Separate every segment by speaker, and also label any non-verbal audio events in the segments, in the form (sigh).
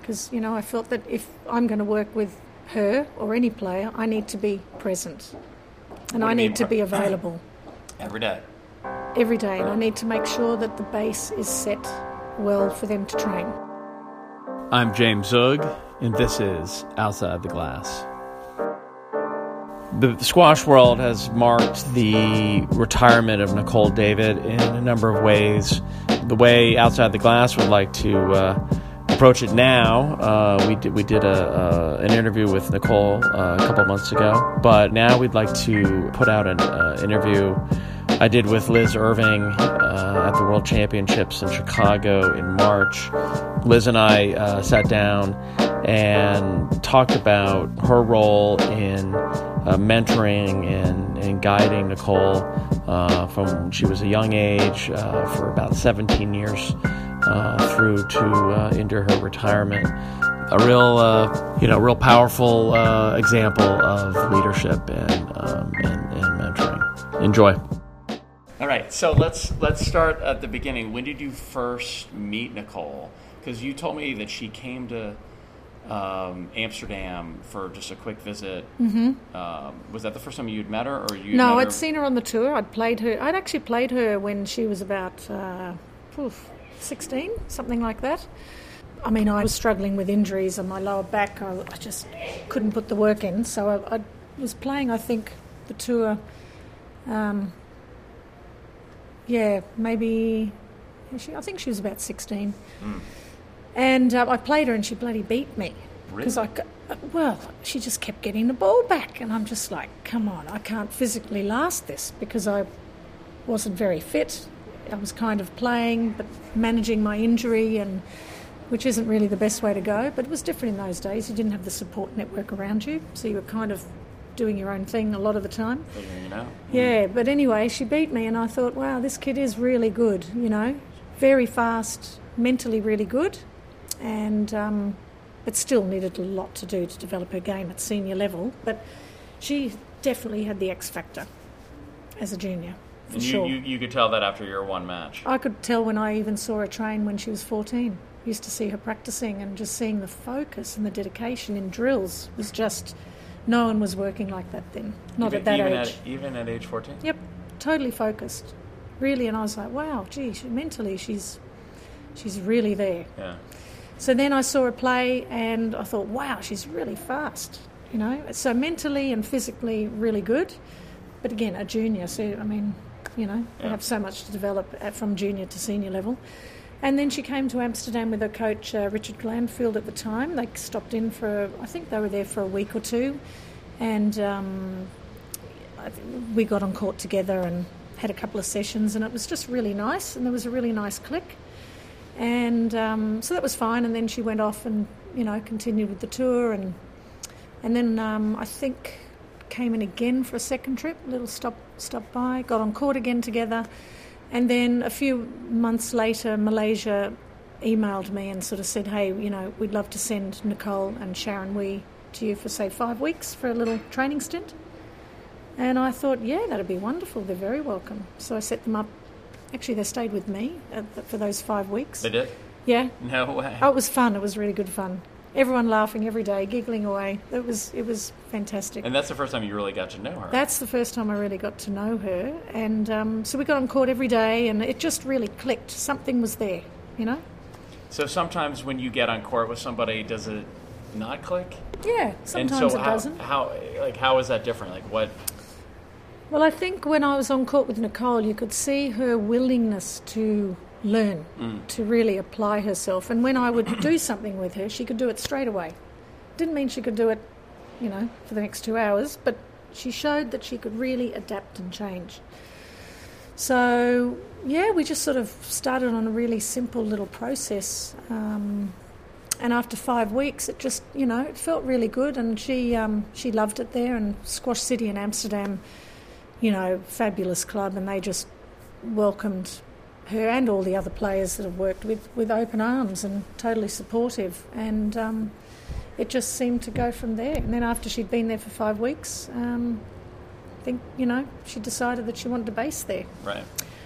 Speaker 1: because you know I felt that if I'm going to work with her or any player, I need to be present and
Speaker 2: What
Speaker 1: I
Speaker 2: do you
Speaker 1: need to
Speaker 2: mean
Speaker 1: be
Speaker 2: pre-
Speaker 1: available
Speaker 2: every day.
Speaker 1: every day, and I need to make sure that the base is set well for them to train.
Speaker 3: I'm James Zug, and this is Outside the Glass. The squash world has marked the retirement of Nicole David in a number of ways. The way Outside the Glass would like to uh, approach it now, uh, we did, we did a, uh, an interview with Nicole uh, a couple months ago, but now we'd like to put out an uh, interview I did with Liz Irving uh, at the World Championships in Chicago in March. Liz and I uh, sat down and talked about her role in uh, mentoring and, and guiding Nicole uh, from when she was a young age uh, for about 17 years uh, through to uh, into her retirement. A real, uh, you know, real powerful uh, example of leadership and, um, and, and mentoring. Enjoy.
Speaker 2: All right, so let's let's start at the beginning. When did you first meet Nicole? Because you told me that she came to um, Amsterdam for just a quick visit. Mm-hmm. Um, was that the first time you'd met her, or you?
Speaker 1: No,
Speaker 2: met
Speaker 1: I'd
Speaker 2: her-
Speaker 1: seen her on the tour. I'd played her. I'd actually played her when she was about uh, poof, 16, something like that. I mean, I was struggling with injuries on my lower back. I, I just couldn't put the work in. So I, I was playing, I think, the tour. Um, yeah, maybe. She, I think she was about 16. And uh, I played her and she bloody beat me. Because
Speaker 2: Really?
Speaker 1: I, c- uh, well, she just kept getting the ball back. And I'm just like, come on, I can't physically last this because I wasn't very fit. I was kind of playing, but managing my injury, and which isn't really the best way to go. But it was different in those days. You didn't have the support network around you, so you were kind of doing your own thing a lot of the time.
Speaker 2: Figuring it out.
Speaker 1: Yeah, but anyway, she beat me, and I thought, wow, this kid is really good, you know, very fast, mentally really good, and um, but still needed a lot to do to develop her game at senior level. But she definitely had the X factor as a junior, for
Speaker 2: And you,
Speaker 1: sure.
Speaker 2: you you could tell that after your one match.
Speaker 1: I could tell when I even saw her train when she was 14. Used to see her practicing and just seeing the focus and the dedication in drills was just no one was working like that then. Not
Speaker 2: even,
Speaker 1: at that
Speaker 2: even
Speaker 1: age.
Speaker 2: At, even at age fourteen.
Speaker 1: Yep, totally focused, really. And I was like, wow, gee, she, mentally she's she's really there.
Speaker 2: Yeah.
Speaker 1: So then I saw her play, and I thought, wow, she's really fast. You know, so mentally and physically really good, but again, a junior. So I mean, you know, we
Speaker 2: Yeah.
Speaker 1: have so much to develop at, from junior to senior level. And then she came to Amsterdam with her coach uh, Richard Glanfield at the time. They stopped in for, I think they were there for a week or two, and um, I th- we got on court together and had a couple of sessions, and it was just really nice. And there was a really nice click and um, so that was fine. And then she went off and you know continued with the tour, and and then um, I think came in again for a second trip, little stop stop by, got on court again together, and then a few months later, Malaysia emailed me and sort of said, hey, you know, we'd love to send Nicole and Sharon Wee to you for say five weeks for a little training stint. And I thought, yeah, that'd be wonderful. They're very welcome. So I set them up. Actually, they stayed with me at the, for those five weeks.
Speaker 2: They did.
Speaker 1: Yeah.
Speaker 2: No way.
Speaker 1: Oh, it was fun. It was really good fun. Everyone laughing every day, giggling away. It was it was fantastic.
Speaker 2: And that's the first time you really got to know her.
Speaker 1: That's the first time I really got to know her, and um, so we got on court every day, and it just really clicked. Something was there, you know.
Speaker 2: so sometimes when you get on court with somebody, does it not click?
Speaker 1: Yeah.
Speaker 2: and
Speaker 1: Sometimes
Speaker 2: so
Speaker 1: it
Speaker 2: how,
Speaker 1: doesn't.
Speaker 2: how like how is that different? Like what?
Speaker 1: Well, I think when I was on court with Nicole, you could see her willingness to learn, to really apply herself. And when I would do something with her, she could do it straight away. Didn't mean she could do it, you know, for the next two hours, but she showed that she could really adapt and change. So, yeah, we just sort of started on a really simple little process. Um, and after five weeks, it just, you know, it felt really good. And she, um, she loved it there. And Squash City in Amsterdam you know, fabulous club, and they just welcomed her and all the other players that have worked with with open arms and totally supportive. And um, it just seemed to go from there. And then after she'd been there for five weeks, um, I think you know she decided that she wanted a base there.
Speaker 2: Right.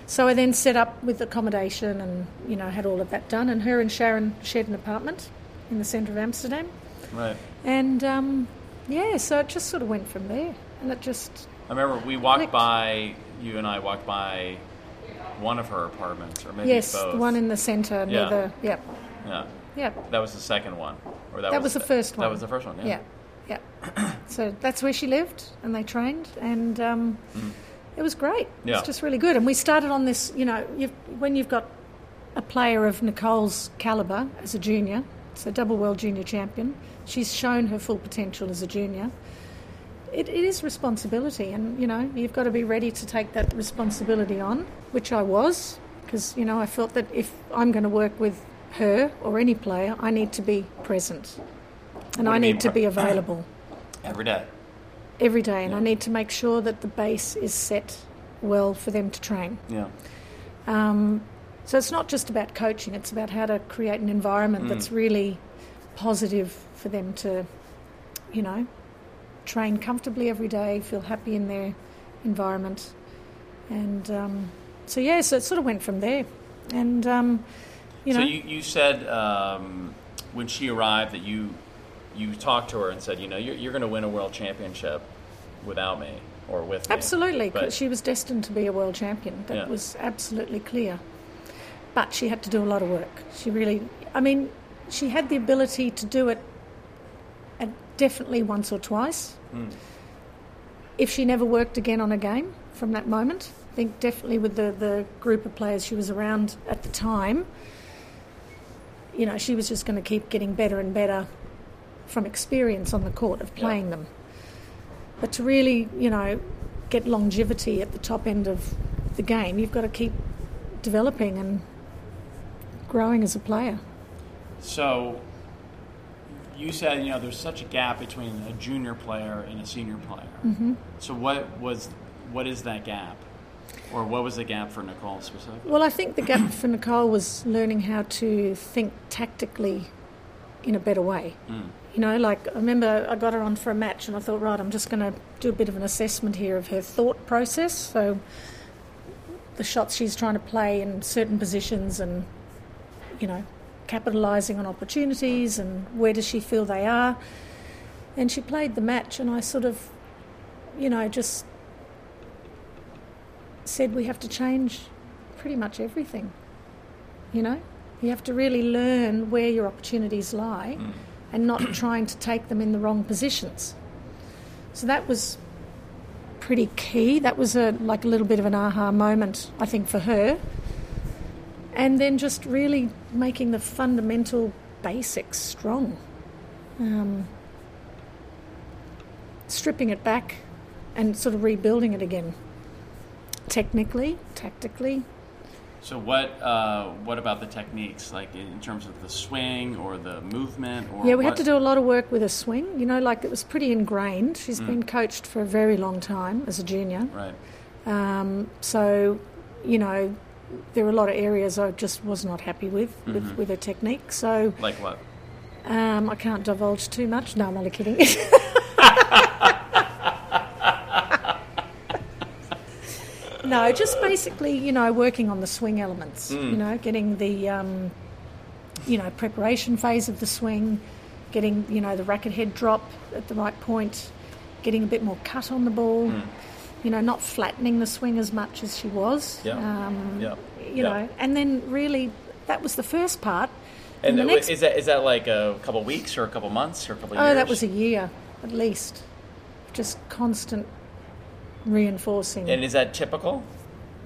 Speaker 1: So I then set up with accommodation and you know had all of that done. And her and Sharon shared an apartment in the centre of Amsterdam.
Speaker 2: Right.
Speaker 1: And um, yeah, so it just sort of went from there. And it just,
Speaker 2: I remember we walked
Speaker 1: Clicked.
Speaker 2: by, you and I walked by one of her apartments, or maybe
Speaker 1: yes,
Speaker 2: both.
Speaker 1: the one in the centre near
Speaker 2: Yeah.
Speaker 1: the, yep,
Speaker 2: yeah.
Speaker 1: yep.
Speaker 2: That was the second one. Or that,
Speaker 1: That was the first one.
Speaker 2: That was the first one, yeah.
Speaker 1: Yeah, yeah. (coughs) so that's where she lived, and they trained, and um, it was great. It
Speaker 2: Mm-hmm. Yeah.
Speaker 1: was just really good. And we started on this, you know, you've, when you've got a player of Nicole's caliber as a junior, so double world junior champion, she's shown her full potential as a junior. It, it is responsibility, and you know you've got to be ready to take that responsibility on, which I was, because you know I felt that if I'm going to work with her or any player, I need to be present, and
Speaker 2: What
Speaker 1: I
Speaker 2: do you
Speaker 1: need to
Speaker 2: mean
Speaker 1: be available
Speaker 2: Every day.
Speaker 1: every day, and I need to make sure that the base is set well for them to train.
Speaker 2: Yeah.
Speaker 1: Um, so it's not just about coaching, it's about how to create an
Speaker 2: Mm.
Speaker 1: environment that's really positive for them to, you know, train comfortably every day, feel happy in their environment. And um, so, yeah, so it sort of went from there. And, um, you know,
Speaker 2: so you, you said um, when she arrived that you you talked to her and said, you know, you're, you're going to win a world championship without me or with me.
Speaker 1: absolutely, 'cause
Speaker 2: But-
Speaker 1: she was destined to be a world champion. That
Speaker 2: Yeah.
Speaker 1: was absolutely clear. But she had to do a lot of work. She really, I mean, she had the ability to do it uh, definitely once or twice. If she never worked again on a game from that moment, I think definitely with the, the group of players she was around at the time, you know, she was just going to keep getting better and better from experience on the court of playing them. But to really, you know, get longevity at the top end of the game, you've got to keep developing and growing as a player.
Speaker 2: So you said, you know, there's such a gap between a junior player and a senior player. Mm-hmm. So what was what is that gap? Or what was the gap for Nicole specifically?
Speaker 1: Well, I think the gap for Nicole was learning how to think tactically in a better way. You know, like I remember I got her on for a match and I thought, right, I'm just going to do a bit of an assessment here of her thought process. So the shots she's trying to play in certain positions and, you know, capitalising on opportunities and where does she feel they are. And she played the match and I sort of, you know, just said we have to change pretty much everything. You know, you have to really learn where your opportunities lie and not trying to take them in the wrong positions. So that was pretty key. That was a like a little bit of an aha moment, I think, for her. And then just really making the fundamental basics strong. Um, stripping it back and sort of rebuilding it again technically, tactically.
Speaker 2: So what uh, what about the techniques, like in terms of the swing or the movement? Or
Speaker 1: Yeah, we had
Speaker 2: what-
Speaker 1: to do a lot of work with her swing. You know, like it was pretty ingrained. She's been coached for a very long time as a junior.
Speaker 2: Right.
Speaker 1: Um, so, you know, there were a lot of areas I just was not happy with with, with her technique. So
Speaker 2: Like what?
Speaker 1: um, I can't divulge too much. No, I'm only kidding. (laughs) no, just basically, you know, working on the swing elements.
Speaker 2: Hmm.
Speaker 1: You know, getting the, um, you know, preparation phase of the swing, getting you know the racket head drop at the right point, getting a bit more cut on the ball.
Speaker 2: Hmm.
Speaker 1: You know, not flattening the swing as much as she was.
Speaker 2: Yeah.
Speaker 1: Um,
Speaker 2: Yeah.
Speaker 1: You
Speaker 2: Yeah.
Speaker 1: know, and then really, that was the first part.
Speaker 2: And
Speaker 1: the
Speaker 2: w-
Speaker 1: next
Speaker 2: is that is that like a couple of weeks or a couple of months or a couple of
Speaker 1: Oh,
Speaker 2: years?
Speaker 1: that was a year at least. Just constant reinforcing.
Speaker 2: And is that typical?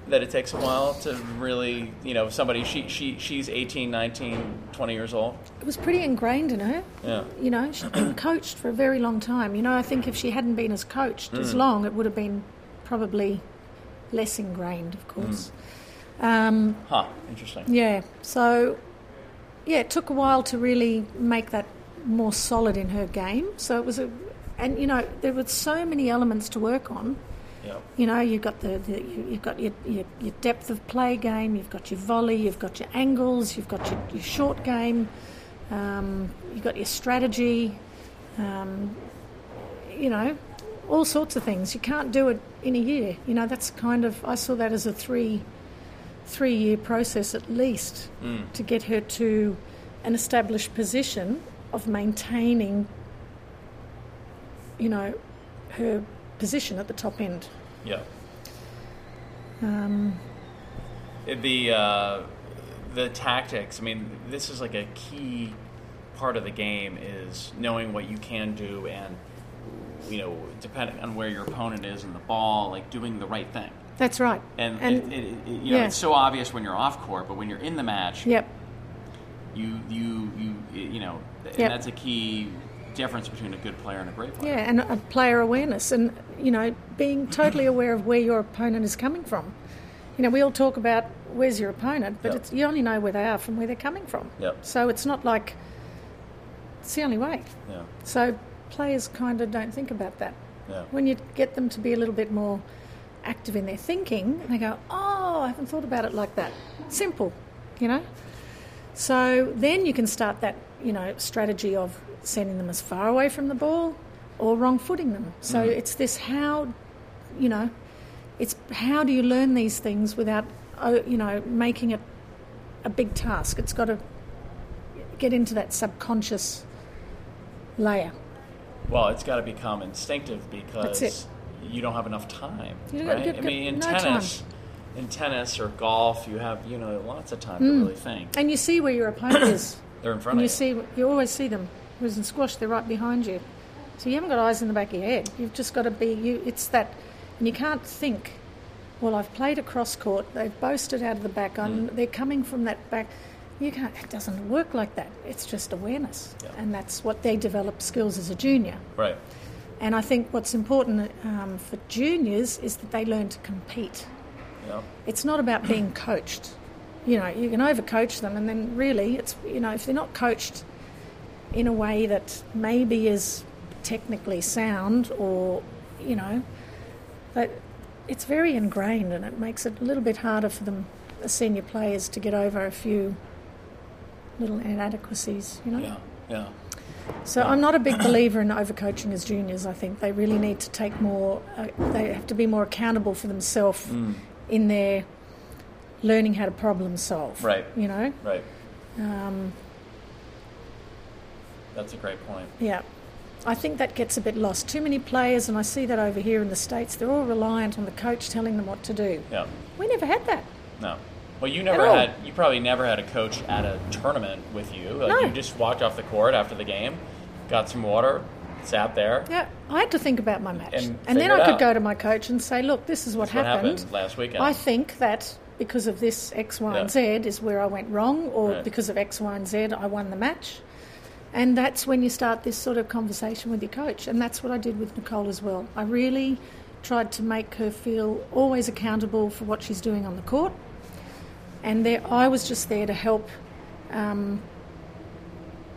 Speaker 2: That it takes a while to really, you know, somebody she she she's 18, 19, 20 years old.
Speaker 1: it was pretty ingrained in her.
Speaker 2: Yeah.
Speaker 1: You know, she'd been (clears throat) coached for a very long time. You know, I think if she hadn't been as coached as long, it would have been probably less ingrained, of course. Um,
Speaker 2: Huh. Interesting.
Speaker 1: Yeah. So, yeah, it took a while to really make that more solid in her game. So it was a, and you know, there were so many elements to work on.
Speaker 2: Yeah.
Speaker 1: You know, you've got the, the you- you've got your, your, your depth of play game, you've got your volley, you've got your angles, you've got your, your short game, um, you've got your strategy, um, you know, all sorts of things. You can't do it in a year. You know, that's kind of I saw that as a three three year process at least to get her to an established position of maintaining, you know, her position at the top end.
Speaker 2: Yeah.
Speaker 1: Um,
Speaker 2: The uh, the tactics. I mean, this is like a key part of the game is knowing what you can do and you know depending on where your opponent is in the ball, like doing the right thing.
Speaker 1: that's right.
Speaker 2: And,
Speaker 1: And-
Speaker 2: it, it, it, you know
Speaker 1: yeah.
Speaker 2: it's so obvious when you're off court, but when you're in the match,
Speaker 1: Yep.
Speaker 2: you you you you know, and
Speaker 1: Yep.
Speaker 2: that's a key difference between a good player and a great player.
Speaker 1: Yeah, and uh, player awareness, and you know, being totally aware of where your opponent is coming from. You know, we all talk about where's your opponent, but
Speaker 2: Yep.
Speaker 1: it's, you only know where they are from where they're coming from.
Speaker 2: Yep.
Speaker 1: So it's not like it's the only way.
Speaker 2: Yeah.
Speaker 1: So players kind of don't think about that.
Speaker 2: Yeah.
Speaker 1: When you get them to be a little bit more active in their thinking, they go, "Oh, I haven't thought about it like that." Simple, you know. So then you can start that, you know, strategy of sending them as far away from the ball or wrong footing them. So it's this how, you know, it's how do you learn these things without, oh, you know, making it a big task. It's got to get into that subconscious layer.
Speaker 2: Well, it's got to become instinctive because
Speaker 1: it.
Speaker 2: you don't have enough time.
Speaker 1: You don't
Speaker 2: right?
Speaker 1: get-
Speaker 2: I mean, in
Speaker 1: no time.
Speaker 2: tennis, in tennis or golf, you have you know lots of time
Speaker 1: Mm.
Speaker 2: to really think.
Speaker 1: And you see where your opponent is.
Speaker 2: (coughs) They're in front
Speaker 1: And
Speaker 2: of
Speaker 1: you see, you always see them. Whereas in squash, they're right behind you. So you haven't got eyes in the back of your head. You've just got to be. You, it's that, and you can't think. Well, I've played across court. They've boasted out of the back. On
Speaker 2: Mm.
Speaker 1: they're coming from that back. You can't. It doesn't work like that. It's just awareness,
Speaker 2: Yeah.
Speaker 1: and that's what they develop skills as a junior.
Speaker 2: Right.
Speaker 1: And I think what's important um, for juniors is that they learn to compete
Speaker 2: Yeah.
Speaker 1: it's not about being coached. You know, you can overcoach them, and then really, it's you know, if they're not coached in a way that maybe is technically sound, or you know, that it's very ingrained, and it makes it a little bit harder for them, the senior players, to get over a few little inadequacies. You know,
Speaker 2: Yeah. Yeah.
Speaker 1: so I'm not a big believer in overcoaching as juniors. I think they really need to take more. Uh, they have to be more accountable for themselves
Speaker 2: Hmm.
Speaker 1: in their learning how to problem solve.
Speaker 2: Right.
Speaker 1: You know.
Speaker 2: Right.
Speaker 1: Um,
Speaker 2: That's a great point.
Speaker 1: yeah. I think that gets a bit lost. Too many players, and I see that over here in the states. They're all reliant on the coach telling them what to do.
Speaker 2: Yeah.
Speaker 1: We never had that.
Speaker 2: No. Well, you never
Speaker 1: all.
Speaker 2: had. You probably never had a coach at a tournament with you. Like,
Speaker 1: No.
Speaker 2: You just walked off the court after the game, got some water, sat there.
Speaker 1: Yeah, I had to think about my match,
Speaker 2: And
Speaker 1: and, then
Speaker 2: figure it
Speaker 1: I could
Speaker 2: out.
Speaker 1: go to my coach and say, "Look, this is what
Speaker 2: That's what happened last weekend.
Speaker 1: I think that because of this X, Y, and Z is where I went wrong, or
Speaker 2: Right.
Speaker 1: because of X, Y, and Z, I won the match. And that's when you start this sort of conversation with your coach. And that's what I did with Nicole as well. I really tried to make her feel always accountable for what she's doing on the court. And there, I was just there to help um,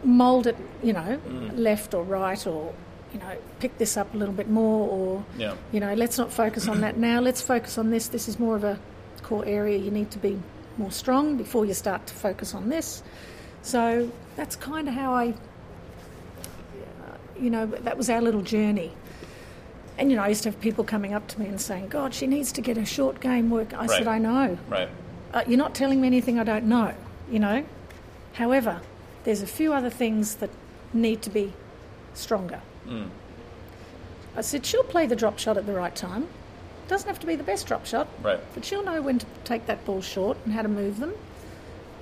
Speaker 1: mould it, you know, left or right, or, you know, pick this up a little bit more, or
Speaker 2: Yeah.
Speaker 1: you know, let's not focus on that now. Let's focus on this. This is more of a core area. You need to be more strong before you start to focus on this. So that's kind of how I, uh, you know, that was our little journey. And, you know, I used to have people coming up to me and saying, God, she needs to get her short game work. I said,
Speaker 2: Right.
Speaker 1: I know.
Speaker 2: Right.
Speaker 1: Uh, you're not telling me anything I don't know, you know. However, there's a few other things that need to be stronger.
Speaker 2: Hmm.
Speaker 1: I said, she'll play the drop shot at the right time. Doesn't have to be the best drop shot,
Speaker 2: Right.
Speaker 1: but she'll know when to take that ball short and how to move them.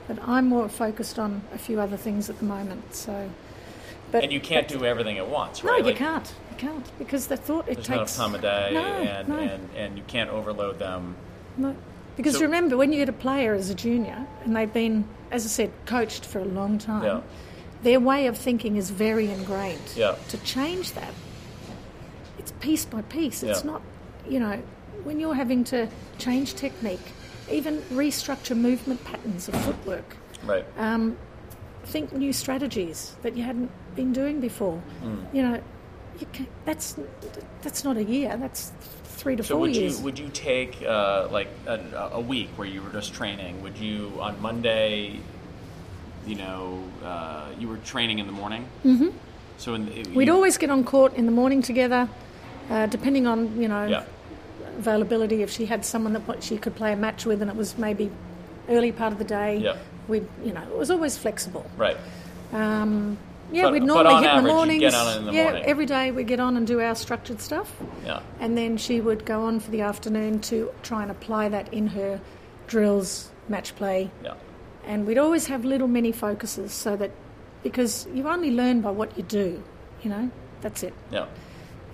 Speaker 1: But I'm more focused on a few other things at the moment, so. But
Speaker 2: And you can't do everything at once,
Speaker 1: no,
Speaker 2: right?
Speaker 1: you
Speaker 2: Like,
Speaker 1: can't. You can't because the thought it
Speaker 2: There's not enough
Speaker 1: takes
Speaker 2: time of day,
Speaker 1: No,
Speaker 2: and,
Speaker 1: no.
Speaker 2: and and you can't overload them.
Speaker 1: No. Because
Speaker 2: So-
Speaker 1: remember, when you get a player as a junior and they've been, as I said, coached for a long time,
Speaker 2: Yeah.
Speaker 1: their way of thinking is very ingrained.
Speaker 2: Yeah.
Speaker 1: To change that, it's piece by piece. It's
Speaker 2: Yeah.
Speaker 1: not, you know, when you're having to change technique, even restructure movement patterns of footwork,
Speaker 2: Right.
Speaker 1: um, think new strategies that you hadn't been doing before.
Speaker 2: Mm.
Speaker 1: You know, you can, that's that's not a year. That's three to
Speaker 2: So
Speaker 1: four
Speaker 2: would
Speaker 1: years.
Speaker 2: you would you take uh, like a, a week where you were just training? Would you on Monday, you know, uh, you were training in the morning? Mm-hmm. So in the,
Speaker 1: We'd
Speaker 2: you,
Speaker 1: always get on court in the morning together, uh, depending on you know
Speaker 2: yeah
Speaker 1: availability. If she had someone that what she could play a match with, and it was maybe early part of the day,
Speaker 2: Yeah.
Speaker 1: we you know it was always flexible.
Speaker 2: right
Speaker 1: Um, Yeah,
Speaker 2: But-
Speaker 1: we'd
Speaker 2: but
Speaker 1: normally
Speaker 2: on
Speaker 1: hit
Speaker 2: average,
Speaker 1: the
Speaker 2: you'd
Speaker 1: mornings.
Speaker 2: get on in the
Speaker 1: yeah,
Speaker 2: morning.
Speaker 1: every day we get on and do our structured stuff,
Speaker 2: Yeah.
Speaker 1: and then she would go on for the afternoon to try and apply that in her drills, match play,
Speaker 2: Yeah.
Speaker 1: and we'd always have little mini focuses so that because you only learn by what you do, you know, that's it
Speaker 2: Yeah.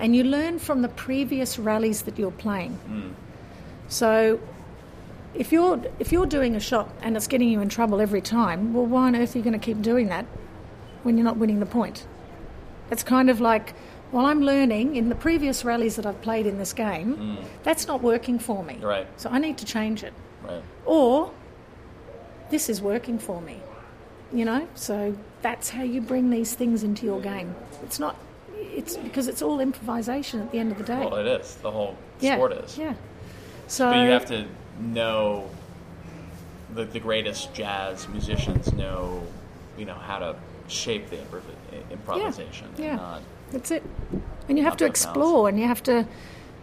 Speaker 1: and you learn from the previous rallies that you're playing. So if you're if you're doing a shot and it's getting you in trouble every time, well why on earth are you going to keep doing that when you're not winning the point? It's kind of like well, I'm learning in the previous rallies that I've played in this game, that's not working for me.
Speaker 2: Right.
Speaker 1: So I need to change it.
Speaker 2: Right.
Speaker 1: Or this is working for me. You know? So that's how you bring these things into your game. It's not it's because it's all improvisation at the end of the day.
Speaker 2: Well, it is. The whole
Speaker 1: yeah.
Speaker 2: sport is.
Speaker 1: Yeah. So
Speaker 2: But you have to know that the greatest jazz musicians know, you know, how to shape the improv- improvisation. and
Speaker 1: yeah.
Speaker 2: not-
Speaker 1: That's it. And you have
Speaker 2: Not
Speaker 1: to
Speaker 2: that balanced.
Speaker 1: explore and you have to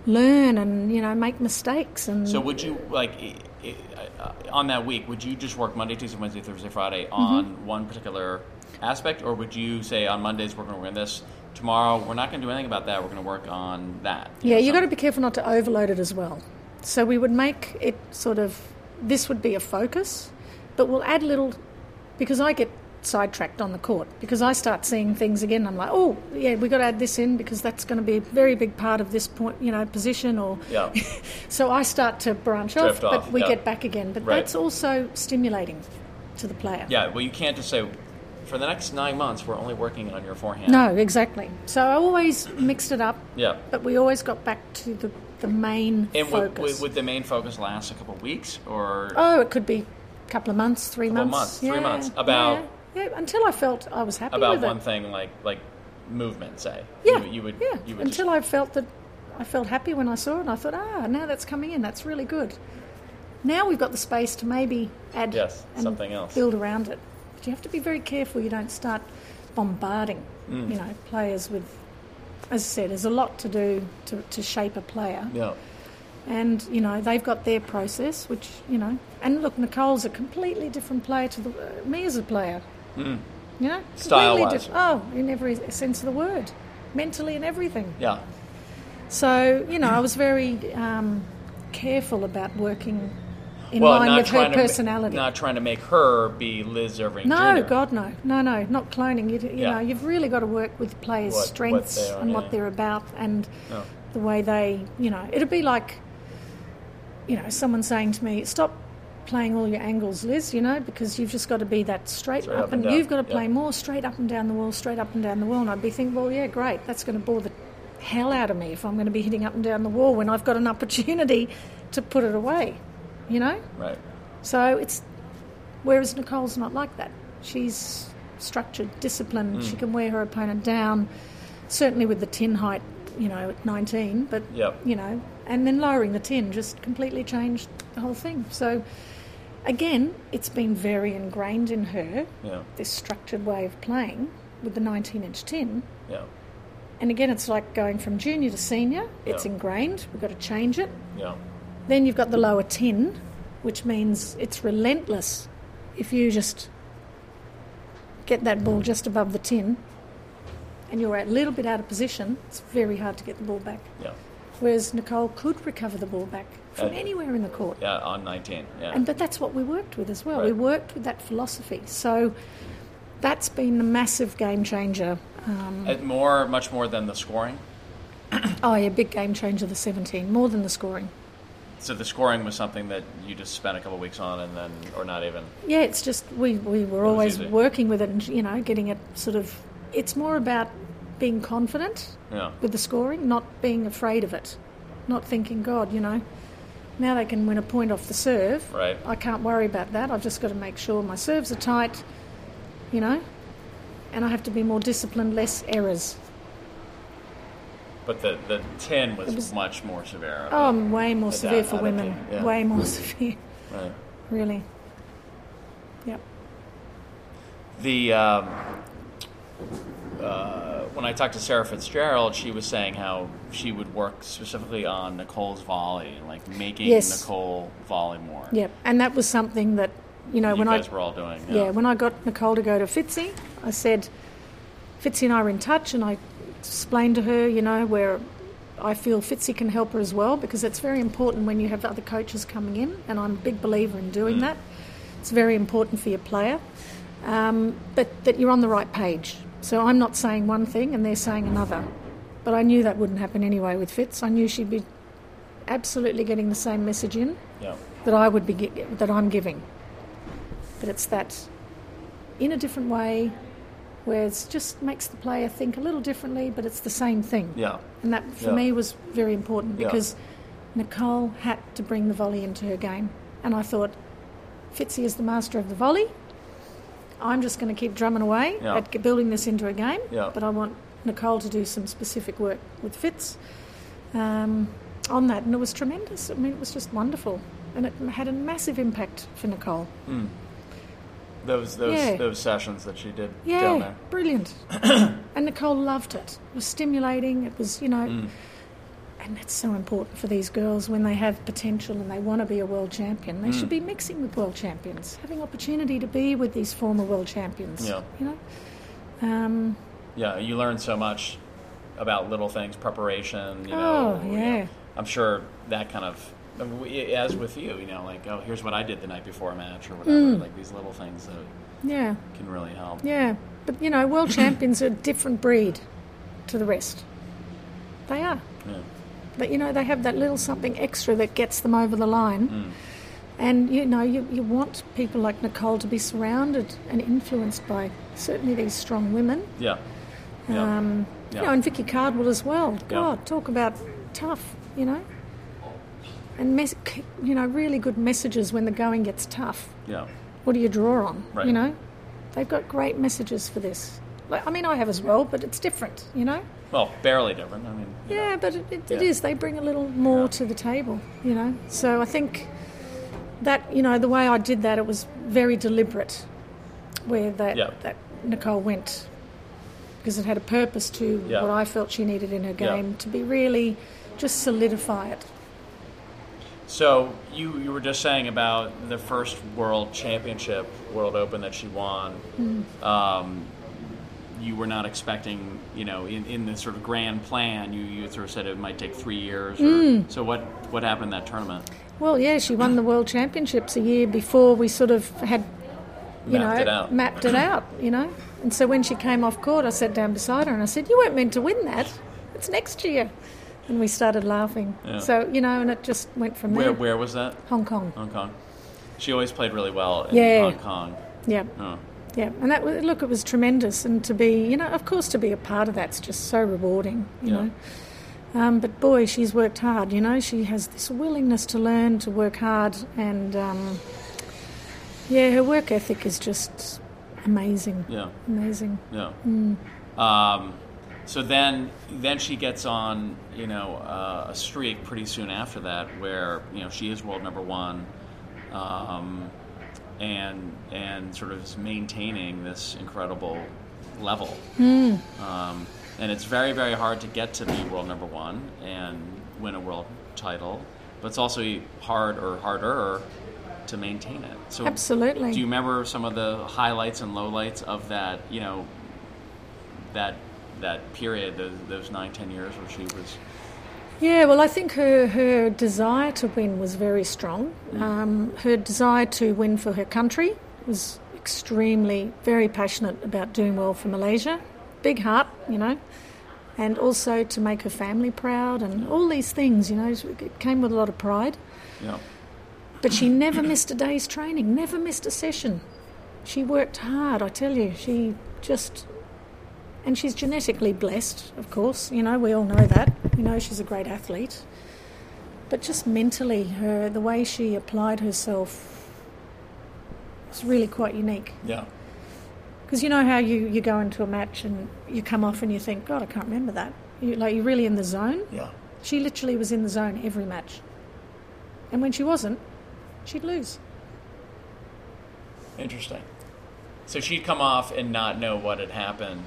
Speaker 1: learn and, you know, make mistakes and
Speaker 2: So would you like i- i- uh, on that week? Would you just work Monday, Tuesday, Wednesday, Thursday, Friday
Speaker 1: Mm-hmm.
Speaker 2: on one particular aspect, or would you say on Mondays we're going to work on this? Tomorrow we're not going to do anything about that. We're going to work on that.
Speaker 1: Yeah, you got to
Speaker 2: some-
Speaker 1: be careful not to overload it as well. So we would make it sort of this would be a focus, but we'll add little because I get sidetracked on the court because I start seeing things again. I'm like, oh yeah, we got to add this in because that's going to be a very big part of this point, you know, position or.
Speaker 2: Yeah.
Speaker 1: (laughs) So I start to branch
Speaker 2: Drift
Speaker 1: off,
Speaker 2: off,
Speaker 1: but we
Speaker 2: yeah.
Speaker 1: get back again. But
Speaker 2: Right.
Speaker 1: that's also stimulating to the player.
Speaker 2: Yeah, well, you can't just say for the next nine months we're only working on your forehand.
Speaker 1: No, exactly. So I always mixed it up,
Speaker 2: Yeah.
Speaker 1: but we always got back to the the main
Speaker 2: And would,
Speaker 1: focus.
Speaker 2: would, would the main focus last a couple of weeks or?
Speaker 1: Oh, it could be a couple of months, three
Speaker 2: Couple of months,
Speaker 1: months.
Speaker 2: three
Speaker 1: yeah,
Speaker 2: months. About-
Speaker 1: yeah, yeah, until I felt I was happy
Speaker 2: about
Speaker 1: with it.
Speaker 2: one thing like like movement say
Speaker 1: Yeah,
Speaker 2: you, you would
Speaker 1: yeah.
Speaker 2: you would
Speaker 1: until I felt that I felt happy when I saw it, and I thought, ah, now that's coming in. That's really good. Now we've got the space to maybe add
Speaker 2: Yes,
Speaker 1: and
Speaker 2: something else.
Speaker 1: build around it. But you have to be very careful. You don't start bombarding,
Speaker 2: Mm.
Speaker 1: you know, players with. As I said, there's a lot to do to, to shape a player.
Speaker 2: just, yeah
Speaker 1: and you know they've got their process, which you know. And look, Nicole's a completely different player to the, uh, me as a player. Mm. You know, Completely
Speaker 2: Hmm. Style-wise.
Speaker 1: diff- oh, in every sense of the word, mentally and everything.
Speaker 2: yeah
Speaker 1: So you know, I was very um, careful about working in
Speaker 2: well
Speaker 1: line
Speaker 2: not
Speaker 1: with
Speaker 2: trying
Speaker 1: her
Speaker 2: to ma-
Speaker 1: personality.
Speaker 2: not trying to make her be Liz Irving
Speaker 1: no,
Speaker 2: Jr.
Speaker 1: God, no, no, no, not cloning. You, you
Speaker 2: Yeah.
Speaker 1: know, you've really got to work with players'
Speaker 2: What- what
Speaker 1: strengths
Speaker 2: they are,
Speaker 1: and
Speaker 2: yeah. Oh.
Speaker 1: what they're about, and
Speaker 2: No.
Speaker 1: the way they, you know, it'd be like, you know, someone saying to me, stop playing all your angles, Liz, you know, because you've just got to be that straight,
Speaker 2: Straight
Speaker 1: up,
Speaker 2: up and
Speaker 1: and,
Speaker 2: down,
Speaker 1: you've got to play
Speaker 2: yeah.
Speaker 1: more straight up and down the wall, straight up and down the wall. And I'd be thinking, well, yeah, great, that's going to bore the hell out of me if I'm going to be hitting up and down the wall when I've got an opportunity to put it away, you know?
Speaker 2: right
Speaker 1: So it's whereas Nicole's not like that. She's structured, disciplined.
Speaker 2: Mm.
Speaker 1: She can wear her opponent down. Certainly with the tin height, you know, at 19, but
Speaker 2: Yep.
Speaker 1: you know, and then lowering the tin just completely changed the whole thing. So again, it's been very ingrained in her
Speaker 2: yeah
Speaker 1: this structured way of playing with the 19-inch tin.
Speaker 2: yeah
Speaker 1: And again, it's like going from junior to senior. It's
Speaker 2: Yeah.
Speaker 1: ingrained. We've got to change it.
Speaker 2: yeah
Speaker 1: Then you've got the lower 10, which means it's relentless. If you just get that ball just above the 10 and you're a little bit out of position, it's very hard to get the ball back.
Speaker 2: yeah
Speaker 1: Whereas Nicole could recover the ball back from
Speaker 2: Uh,
Speaker 1: anywhere in the court.
Speaker 2: yeah on 19 yeah
Speaker 1: And but that's what we worked with as well. We
Speaker 2: Right.
Speaker 1: worked with that philosophy. So that's been a massive game changer. Um,
Speaker 2: And more much more than the scoring
Speaker 1: oh, yeah, big game changer, the 17, more than the scoring.
Speaker 2: so the scoring was something that you just spent a couple of weeks on and then or not even
Speaker 1: Yeah, it's just we, we were always
Speaker 2: easy.
Speaker 1: working with it and, you know, getting it sort of. It's more about being confident
Speaker 2: yeah
Speaker 1: with the scoring, not being afraid of it, not thinking, God, you know, now they can win a point off the serve.
Speaker 2: Right.
Speaker 1: I can't worry about that. I've just got to make sure my serves are tight, you know, and I have to be more disciplined, less errors.
Speaker 2: but the the 10 was,
Speaker 1: It was-
Speaker 2: much more severe
Speaker 1: Oh, I'm way more
Speaker 2: Adapt-
Speaker 1: severe for
Speaker 2: adapting,
Speaker 1: women.
Speaker 2: yeah.
Speaker 1: Way more (laughs) severe,
Speaker 2: right.
Speaker 1: really. Yep.
Speaker 2: the um, uh, when I talked to Sarah Fitzgerald, she was saying how she would work specifically on Nicole's volley and like making
Speaker 1: Yes.
Speaker 2: Nicole volley more.
Speaker 1: Yep. And that was something that, you know,
Speaker 2: you
Speaker 1: when I.
Speaker 2: guys were all doing.
Speaker 1: Yeah, when I got Nicole to go to Fitzy, I said, Fitzy and I were in touch, and I explained to her, you know, where I feel Fitzy can help her as well because it's very important when you have other coaches coming in, and I'm a big believer in doing that. It's very important for your player, um, but that you're on the right page. So I'm not saying one thing and they're saying another. But I knew that wouldn't happen anyway with Fitz. I knew she'd be absolutely getting the same message in
Speaker 2: Yeah.
Speaker 1: that I would be gi- that I'm giving. But it's that in a different way where it just makes the player think a little differently, but it's the same thing.
Speaker 2: Yeah.
Speaker 1: And that for
Speaker 2: Yeah.
Speaker 1: me was very important
Speaker 2: Yeah.
Speaker 1: because Nicole had to bring the volley into her game. And I thought, Fitzy is the master of the volley. I'm just going to keep drumming away
Speaker 2: Yeah.
Speaker 1: at g- building this into a game.
Speaker 2: Yeah.
Speaker 1: But I want Nicole to do some specific work with Fitz um, on that. And it was tremendous. I mean, it was just wonderful. And it had a massive impact for Nicole.
Speaker 2: Those those
Speaker 1: Yeah.
Speaker 2: those sessions that she did
Speaker 1: Yeah,
Speaker 2: down there.
Speaker 1: brilliant. (coughs) and Nicole loved it. It was stimulating. It was, you know,
Speaker 2: Mm.
Speaker 1: and that's so important for these girls when they have potential and they want to be a world champion. They should
Speaker 2: Mm.
Speaker 1: be mixing with world champions, having opportunity to be with these former world champions.
Speaker 2: Yeah.
Speaker 1: You know, um,
Speaker 2: Yeah, you learn so much about little things, preparation. You know,
Speaker 1: Oh,
Speaker 2: you know.
Speaker 1: yeah.
Speaker 2: I'm sure that kind of, I mean, we- as with you, you know, like oh, here's what I did the night before a match or whatever.
Speaker 1: Mm.
Speaker 2: Like these little things that
Speaker 1: yeah,
Speaker 2: can really help.
Speaker 1: yeah. But you know, world champions are a different breed to the rest. They are.
Speaker 2: Yeah.
Speaker 1: But you know, they have that little something extra that gets them over the line.
Speaker 2: Mm.
Speaker 1: And you know, you, you want people like Nicole to be surrounded and influenced by certainly these strong women.
Speaker 2: Yeah. Yeah.
Speaker 1: Um,
Speaker 2: Yeah.
Speaker 1: You know, and Vicky Cardwell as well. God, talk about tough, you know. And, mes- c- you know, really good messages when the going gets tough.
Speaker 2: yeah.
Speaker 1: What do you draw on?
Speaker 2: Right.
Speaker 1: You know, they've got great messages for this. Like, I mean, I have as well, but it's different, you know.
Speaker 2: Well, barely different. I mean, you know.
Speaker 1: Yeah, but it, it, it
Speaker 2: Yeah.
Speaker 1: is. They bring a little more to the table, you know. So I think that you know the way I did that, it was very deliberate. Where that
Speaker 2: Yeah.
Speaker 1: that Nicole went, because it had a purpose to
Speaker 2: Yeah.
Speaker 1: what I felt she needed in her
Speaker 2: Yeah.
Speaker 1: game to be really just solidify it.
Speaker 2: So you you were just saying about the first world championship, world open that she won.
Speaker 1: Mm-hmm.
Speaker 2: Um, you were not expecting, you know, in, in this sort of grand plan. You you sort of said it might take three years. Or,
Speaker 1: Mm.
Speaker 2: So what what happened in that tournament?
Speaker 1: Well, yeah, she won the world championships a year before we sort of had you
Speaker 2: Mapped
Speaker 1: know
Speaker 2: it out.
Speaker 1: mapped it out, you know. And so when she came off court, I sat down beside her and I said, "You weren't meant to win that. It's next year." And we started laughing.
Speaker 2: Yeah.
Speaker 1: So you know, and it just went from
Speaker 2: Where
Speaker 1: there.
Speaker 2: where was that?
Speaker 1: Hong Kong.
Speaker 2: Hong Kong. She always played really well in
Speaker 1: Yeah.
Speaker 2: Hong Kong.
Speaker 1: Yeah,
Speaker 2: Oh,
Speaker 1: yeah. And that was, look, it was tremendous, and to be, you know, of course, to be a part of that's just so rewarding, you
Speaker 2: Yeah.
Speaker 1: know. Um, but boy, she's worked hard. You know, she has this willingness to learn, to work hard, and um, yeah, her work ethic is just amazing.
Speaker 2: yeah,
Speaker 1: Amazing.
Speaker 2: yeah. Um, so then then she gets on, you know, uh, a streak pretty soon after that where you know she is world number one. Um, and and sort of is maintaining this incredible level. Um, and it's very very hard to get to be world number one and win a world title, but it's also hard or harder to maintain it. So
Speaker 1: Absolutely.
Speaker 2: Do you remember some of the highlights and lowlights of that? You know, that that period, those, those nine ten years where she was.
Speaker 1: Yeah, well, I think her, her desire to win was very strong. Um, her desire to win for her country was extremely, very passionate about doing well for Malaysia. Big heart, you know, and also to make her family proud and all these things, you know, it came with a lot of pride.
Speaker 2: Yeah,
Speaker 1: But she never missed a day's training, never missed a session. She worked hard, I tell you. She just. And she's genetically blessed, of course. You know, we all know that. We know she's a great athlete. But just mentally, her the way she applied herself was really quite unique.
Speaker 2: yeah,
Speaker 1: Because you know how you, you go into a match and you come off and you think, God, I can't remember that. You, like, you're really in the zone.
Speaker 2: yeah,
Speaker 1: She literally was in the zone every match. And when she wasn't, she'd lose.
Speaker 2: Interesting. So she'd come off and not know what had happened,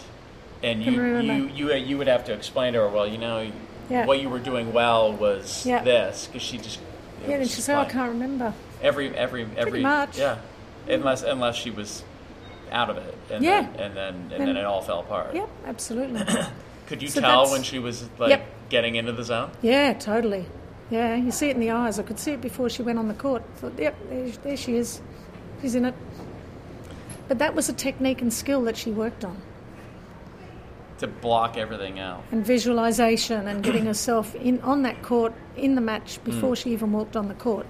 Speaker 2: and
Speaker 1: Can
Speaker 2: you you,
Speaker 1: ruin
Speaker 2: you uh, you would have to explain to her. Well, you know,
Speaker 1: Yeah.
Speaker 2: what you were doing well was
Speaker 1: Yeah.
Speaker 2: this because she just it
Speaker 1: Yeah,
Speaker 2: was
Speaker 1: and she
Speaker 2: just
Speaker 1: said, "Oh, I
Speaker 2: fine."
Speaker 1: can't remember.
Speaker 2: every every every
Speaker 1: much.
Speaker 2: yeah, unless unless she was out of it, and
Speaker 1: Yeah.
Speaker 2: then, and then and then
Speaker 1: Then-
Speaker 2: it all fell apart.
Speaker 1: Yep, absolutely. (coughs)
Speaker 2: Could you
Speaker 1: So
Speaker 2: tell
Speaker 1: that's-
Speaker 2: when she was like
Speaker 1: Yep.
Speaker 2: getting into the zone?
Speaker 1: yeah, totally. Yeah, you see it in the eyes. I could see it before she went on the court. Thought, yep, there, there she is. She's in it. But that was a technique and skill that she worked on,
Speaker 2: To block everything out.
Speaker 1: and visualization and getting herself in on that court in the match before she even walked on the court.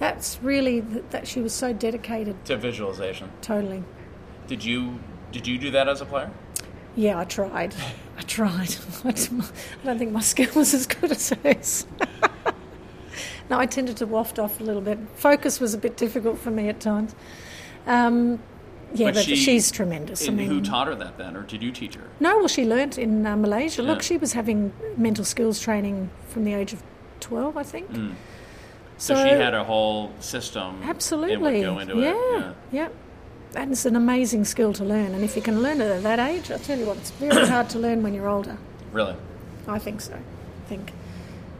Speaker 1: That's really th- that she was so dedicated.
Speaker 2: To visualization.
Speaker 1: Totally.
Speaker 2: Did you did you do that as a player?
Speaker 1: Yeah, I tried. I tried. (laughs) I don't think my skill was as good as hers. (laughs) no, I tended to waft off a little bit. Focus was a bit difficult for me at times. Um, yeah,
Speaker 2: But
Speaker 1: but,
Speaker 2: she-
Speaker 1: she's tremendous. I
Speaker 2: And
Speaker 1: mean,
Speaker 2: who taught her that then, or did you teach her?
Speaker 1: no, well, she learnt in uh, Malaysia.
Speaker 2: Yeah.
Speaker 1: Look, she was having mental skills training from the age of 12, I think.
Speaker 2: Mm. So, she had a whole system. And would
Speaker 1: Absolutely.
Speaker 2: go into
Speaker 1: yeah.
Speaker 2: it. Yeah.
Speaker 1: Yep. And it's an amazing skill to learn. And if you can learn it at that age, I tell you what, it's very hard to learn when you're older.
Speaker 2: Really.
Speaker 1: I think so. I think.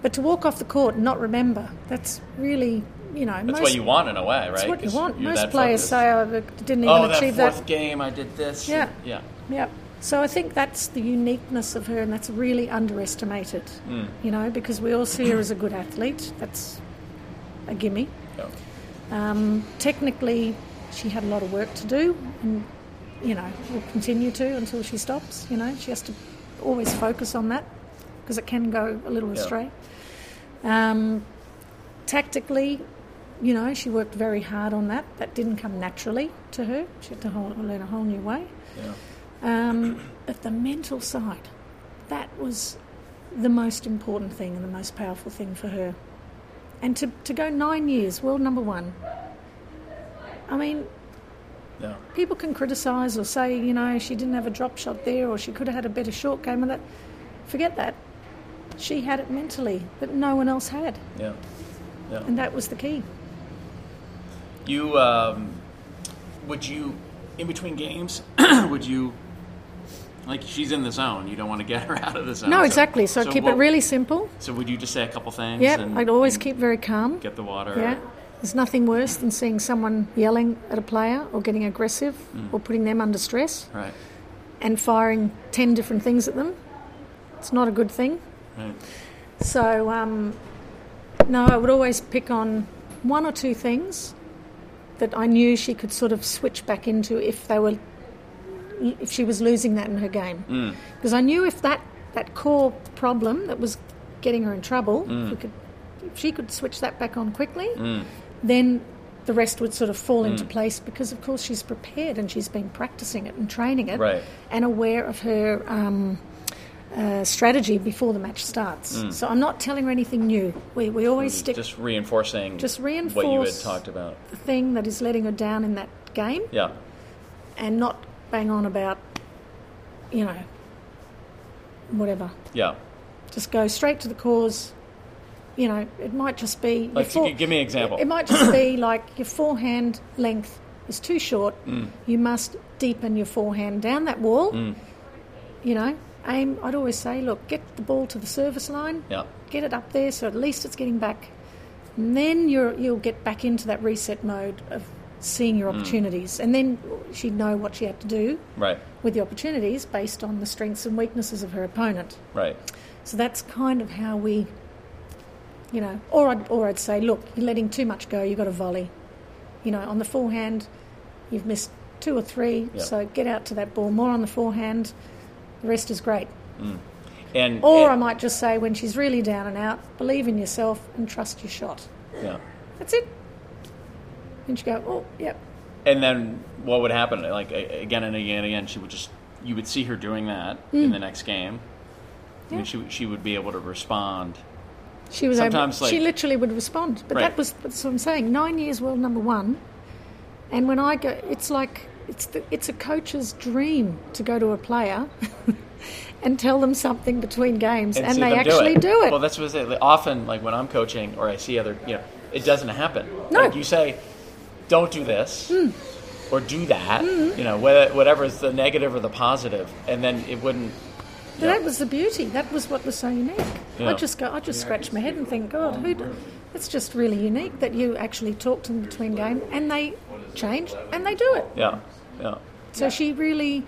Speaker 1: But to walk off the court and not remember, that's really, you know,
Speaker 2: That's
Speaker 1: most,
Speaker 2: what you want in a way, right?
Speaker 1: that's what you
Speaker 2: 'Cause
Speaker 1: want.
Speaker 2: you're
Speaker 1: Most
Speaker 2: that
Speaker 1: players
Speaker 2: focused.
Speaker 1: say, oh, I didn't even
Speaker 2: Oh, that
Speaker 1: achieve
Speaker 2: fourth
Speaker 1: that.
Speaker 2: game, I did this.
Speaker 1: Yeah.
Speaker 2: Yeah.
Speaker 1: Yep. So I think that's the uniqueness of her, and that's really underestimated,
Speaker 2: Hmm.
Speaker 1: you know, because we all see her as a good athlete. That's a gimme.
Speaker 2: Yeah.
Speaker 1: Um, technically, she had a lot of work to do, and you know, will continue to until she stops. You know, she has to always focus on that because it can go a little astray. Um, tactically, you know, she worked very hard on that. That didn't come naturally to her. She had to whole, learn a whole new way.
Speaker 2: Yeah.
Speaker 1: Um, but the mental side, that was the most important thing and the most powerful thing for her. And to, to go nine years, world number one. I mean,
Speaker 2: Yeah.
Speaker 1: people can criticise or say, you know, she didn't have a drop shot there or she could have had a better short game and that. Forget that. She had it mentally that no one else had.
Speaker 2: Yeah. Yeah.
Speaker 1: And that was the key.
Speaker 2: You um, would you in between games? (clears throat) would you like she's in the zone? You don't want to get (laughs) her out of the zone.
Speaker 1: No, exactly. So, keep
Speaker 2: what-
Speaker 1: it really simple.
Speaker 2: So would you just say a couple things?
Speaker 1: Yep.
Speaker 2: and-
Speaker 1: I'd always
Speaker 2: and
Speaker 1: keep very calm.
Speaker 2: get the water.
Speaker 1: Yeah. There's nothing worse than seeing someone yelling at a player or getting aggressive or putting them under stress
Speaker 2: Right.
Speaker 1: and firing 10 different things at them. It's not a good thing.
Speaker 2: Right.
Speaker 1: So, um, no, I would always pick on one or two things that I knew she could sort of switch back into if they were if she was losing that in her game. Because I knew if that that core problem that was getting her in trouble, if, we could, if she could switch that back on quickly, then the rest would sort of fall into place because, of course, she's prepared and she's been practicing it and training it
Speaker 2: Right.
Speaker 1: and aware of her um, uh, strategy before the match starts. So I'm not telling her anything new. We, we always stick
Speaker 2: Mm. Just reinforcing.
Speaker 1: Just
Speaker 2: what you had
Speaker 1: reinforce-
Speaker 2: talked about.
Speaker 1: the thing that is letting her down in that game
Speaker 2: Yeah.
Speaker 1: and not bang on about, you know, whatever.
Speaker 2: Yeah.
Speaker 1: Just go straight to the cause. You know, it might just be. your
Speaker 2: Like,
Speaker 1: fore-
Speaker 2: g- give me an example.
Speaker 1: It might just be (coughs) like your forehand length is too short.
Speaker 2: Mm.
Speaker 1: You must deepen your forehand down that wall. You know, aim. I'd always say, look, get the ball to the service line.
Speaker 2: Yeah.
Speaker 1: Get it up there, so at least it's getting back. And then you're, you'll get back into that reset mode of seeing your opportunities, and then she'd know what she had to do
Speaker 2: Right.
Speaker 1: with the opportunities based on the strengths and weaknesses of her opponent.
Speaker 2: Right.
Speaker 1: So that's kind of how we, you know, or I'd, or I'd say, look, you're letting too much go, you've got a volley. You know, on the forehand, you've missed two or three,
Speaker 2: Yeah.
Speaker 1: so get out to that ball more on the forehand. The rest is great.
Speaker 2: And
Speaker 1: Or I
Speaker 2: and,
Speaker 1: might just say, when she's really down and out, believe in yourself and trust your shot.
Speaker 2: yeah.
Speaker 1: That's it. And she go, oh, yep,
Speaker 2: And then what would happen? Like a- again and again and again, she would just you would see her doing that in the next game. I mean,
Speaker 1: Hmm. Yeah.
Speaker 2: she she would be able to respond.
Speaker 1: She was
Speaker 2: Sometimes,
Speaker 1: able,
Speaker 2: like-
Speaker 1: she literally would respond. But
Speaker 2: Right.
Speaker 1: that was that's what I'm saying. Nine years world number one, and when I go, it's like it's the, it's a coach's dream to go to a player (laughs) and tell them something between games, and,
Speaker 2: see
Speaker 1: they
Speaker 2: them
Speaker 1: actually do it.
Speaker 2: Well, that's what I say. Like, Often, like when I'm coaching or I see other, you know, it doesn't happen.
Speaker 1: No. Hmm.
Speaker 2: Like, you say, don't do this or do that, you know, whether, whatever is the negative or the positive, and then it wouldn't.
Speaker 1: But that was the beauty. That was what was so unique.
Speaker 2: Yeah.
Speaker 1: I just go, I just scratch my head and think, God, who? d- It's just really unique that you actually talk to them between game, and they change, and they do it.
Speaker 2: Yeah, yeah.
Speaker 1: So she really,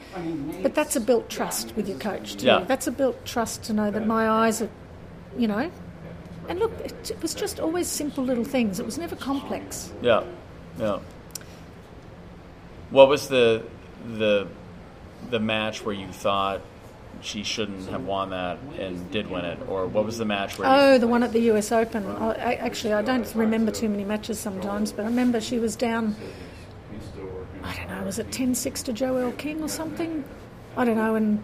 Speaker 1: but that's a built trust with your coach. Too.
Speaker 2: Yeah.
Speaker 1: That's a built trust to know that my eyes are, you know. And look, it it was just always simple little things. It was never complex.
Speaker 2: Yeah, yeah. What was the the the match where you thought she shouldn't have won that and did win it, or what was the match where? you,
Speaker 1: Oh, the one at the US Open. I, I, actually, I don't remember too many matches sometimes, but I remember she was down, I don't know, was it 10 6 to Joel King or something? I don't know. And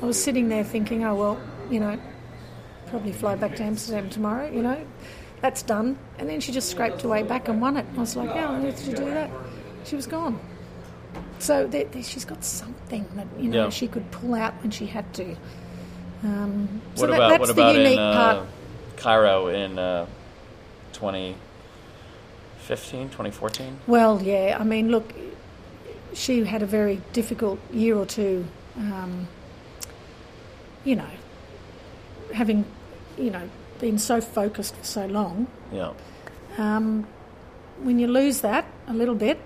Speaker 1: I was sitting there thinking, oh, well, you know, probably fly back to Amsterdam tomorrow, you know, that's done. And then she just scraped her way back and won it. I was like, oh, how did she do that? She was gone. So there, there, she's got something that, you know,
Speaker 2: Yeah.
Speaker 1: she could pull out when she had to. Um, so
Speaker 2: what
Speaker 1: that,
Speaker 2: about
Speaker 1: that's
Speaker 2: what about
Speaker 1: the unique
Speaker 2: in uh,
Speaker 1: part.
Speaker 2: Cairo in uh, 2015, 2014?
Speaker 1: Well, yeah. I mean, look, she had a very difficult year or two. Um, you know, having you know been so focused for so long,
Speaker 2: Yeah,
Speaker 1: um, when you lose that a little bit,